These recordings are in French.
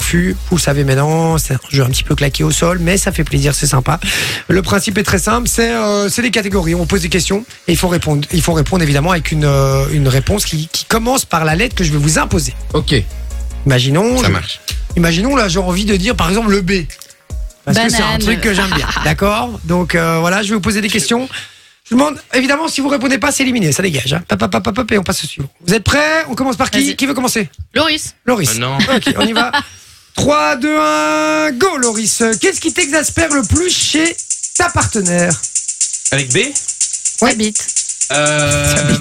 fût. Vous le savez maintenant, c'est un jeu un petit peu claqué au sol, mais ça fait plaisir, c'est sympa. Le principe est très simple, c'est euh, c'est des catégories. On pose des questions et il faut répondre. Il faut répondre évidemment avec une, euh, une réponse qui, qui commence par la lettre que je vais vous imposer. Ok, Imaginons, ça je- marche. imaginons là, j'ai envie de dire par exemple le B. Parce que c'est un Banane. truc que j'aime bien. D'accord Donc euh, voilà, je vais vous poser des questions. Je vous demande, évidemment, si vous répondez pas, c'est éliminé, ça dégage. Hein. Papa, papa, et on passe au suivant. Vous êtes prêts On commence par qui Vas-y. Qui veut commencer Loris, Loris. Euh, non. Ok, on y va. 3, 2, 1, go Loris. Qu'est-ce qui t'exaspère le plus chez ta partenaire Avec B Ouais. ta bite. euh...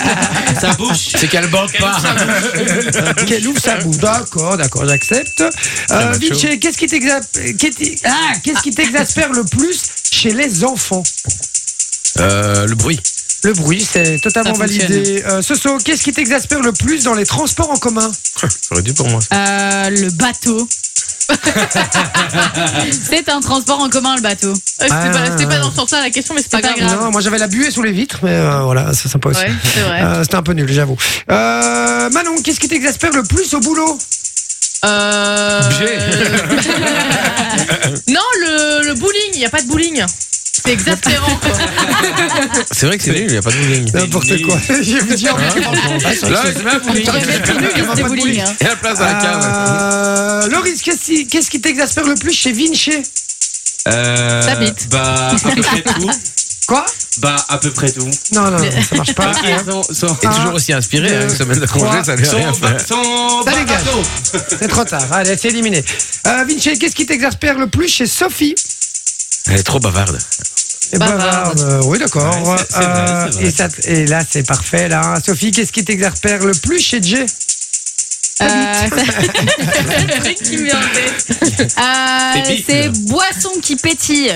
Sa bouche. C'est qu'elle bande pas. Quel ouf ça bouge. D'accord, d'accord, j'accepte. Euh, macho. Vinci, qu'est-ce qui t'exaspère ah, qu'est-ce qui t'exaspère le plus chez les enfants Euh, le bruit. Le bruit, c'est totalement Ça fonctionne. validé. Euh, Soso, qu'est-ce qui t'exaspère le plus dans les transports en commun Ça aurait dû pour moi. Euh, le bateau. c'est un transport en commun, le bateau. Euh, C'était Ah. pas, c'était pas dans ce sens-là la question, mais c'est pas, pas grave. Non, moi j'avais la buée sous les vitres, mais euh, voilà, c'est sympa aussi. Ouais, c'est vrai. Euh, C'était un peu nul, j'avoue. Euh, Manon, qu'est-ce qui t'exaspère le plus au boulot Euh... Objet. non, le, le bowling, il n'y a pas de bowling. C'est exaspérant. Euh, quoi. C'est vrai que c'est nul, il n'y a pas de bowling. N'importe quoi. Je vous dis en fait, Là, c'est pas bowling. T'aurais dû être nul, il y avait pas de bowling. hein. Il y a la place à la cave. Euh, Loris, qu'est-ce qui- qu'est-ce qui t'exaspère le plus chez Vinci Euh... Sa bite. Bah, à peu près tout. Quoi Bah, à peu près tout. non, non, non, ça marche pas. Ok, sans, sans, Et toujours aussi inspiré, hein, une semaine de trois, congé, ça lui a rien sans, fait. ba- sans Ça dégage. bateau. C'est trop tard. Allez, c'est éliminé. Euh, Vinci, qu'est-ce qui t'exaspère le plus chez Sophie Elle est trop bavarde. Et Bavarde. bavarde. euh, Oui, d'accord. Ouais, c'est- c'est vrai, Euh, c'est vrai. et, ça- et là, c'est parfait. Là, hein. Sophie, qu'est-ce qui t'exaspère le plus chez Jay Euh, le truc qui me vient en tête. euh, C'est bite. c'est boisson qui pétille.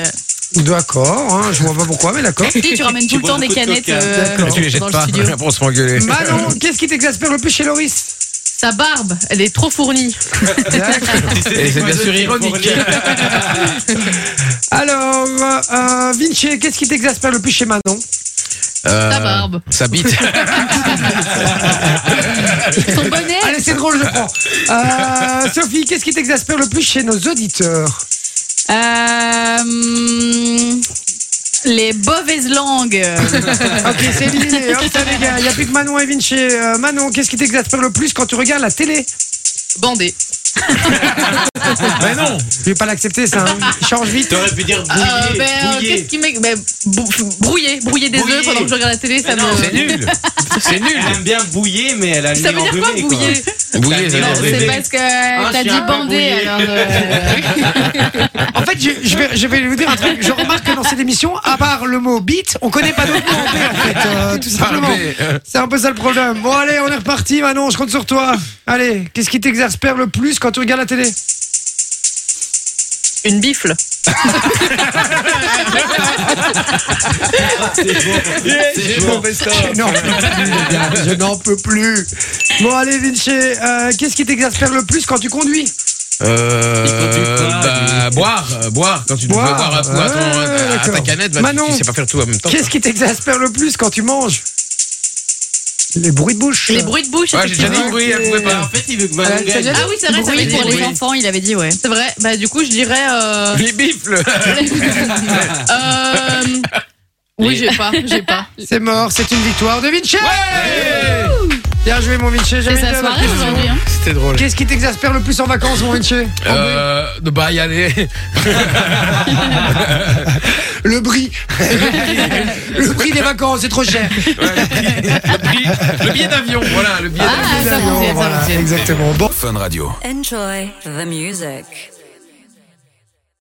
D'accord. Hein, je vois pas pourquoi, mais d'accord. Tu sais, tu ramènes tout le bois temps des beaucoup de canettes coca. euh, D'accord. Mais tu les dans jettes le pas, studio. pour se faire engueuler. Manon, qu'est-ce qui t'exaspère le plus chez Loris Sa barbe, elle est trop fournie. D'accord. Et c'est bien sûr ironique. Alors, euh, euh, Vinci, qu'est-ce qui t'exaspère le plus chez Manon Euh, barbe. Sa bite. Son bonnet, Allez, c'est drôle, je prends. Euh, Sophie, qu'est-ce qui t'exaspère le plus chez nos auditeurs euh, hum, les mauvaises langues. Ok, c'est éliminé. hein, Hop, ça dégage. Il n'y a plus que Manon et Vinci. Euh, Manon, qu'est-ce qui t'exaspère le plus quand tu regardes la télé Bandé. Mais non Je vais pas l'accepter, ça. hein. Change vite. T'aurais pu dire Euh, bouillé. ben, euh, Qu'est-ce bouillé. qui m'est. Ben, bou- brouiller, brouiller des Brouiller. œufs pendant que je regarde la télé, ça Mais non, me. C'est nul C'est nul Elle aime bien bouiller, mais elle a le Ça nez veut dire quoi, enrhumé, bouiller Bouillé, ça veut Non, dire c'est bébé. bébé. c'est parce que euh, t'as je suis dit un peu bandé, brouillé. alors. euh, En fait, je, je vais, je vais vous dire un truc. Je remarque que dans cette émission, à part le mot beat, on connaît pas d'autres mots en B, en fait. euh, tout simplement. Barbé, euh, C'est un peu ça le problème. Bon, allez, on est reparti, Manon, je compte sur toi. Allez, qu'est-ce qui t'exaspère le plus quand tu regardes la télé Une bifle. C'est mauvais temps. Non, je n'en peux plus. Bon, allez, Vinci, euh, qu'est-ce qui t'exaspère le plus quand tu conduis Euh, Il faut bah, boire, euh, boire. Quand tu dois Boire, Ah, boire à, à ton- ouais, à ta d'accord. canette, bah, tu- Manon, tu sais pas faire tout en même temps. Qu'est-ce qui t'exaspère le plus quand tu manges Les bruits de bouche. Les bruits de bouche, Ouais, j'ai déjà dit Ok. oui, elle pouvait En pas. fait, il veut que Ah, Manon ça gagne. vient- Ah oui, c'est vrai, Oui, ça veut Bruit, pour dire bruit. les les enfants, il avait dit, ouais. C'est vrai, bah du coup je dirais. Euh, Les bifles euh, oui, j'ai pas, j'ai pas. C'est mort, c'est une victoire de Vinci Ouais Bien joué, mon Vinci. C'est J'avais sa une autre soirée question. aujourd'hui. hein. C'était drôle. Qu'est-ce qui t'exaspère le plus en vacances, mon Vinci Euh, bah, y aller. Le bris. le prix des vacances, c'est trop cher. Le prix- le billet d'avion, voilà, le billet Ah, ça fonctionne, ça Voilà, fonctionne. exactement. Bon. Enjoy the music.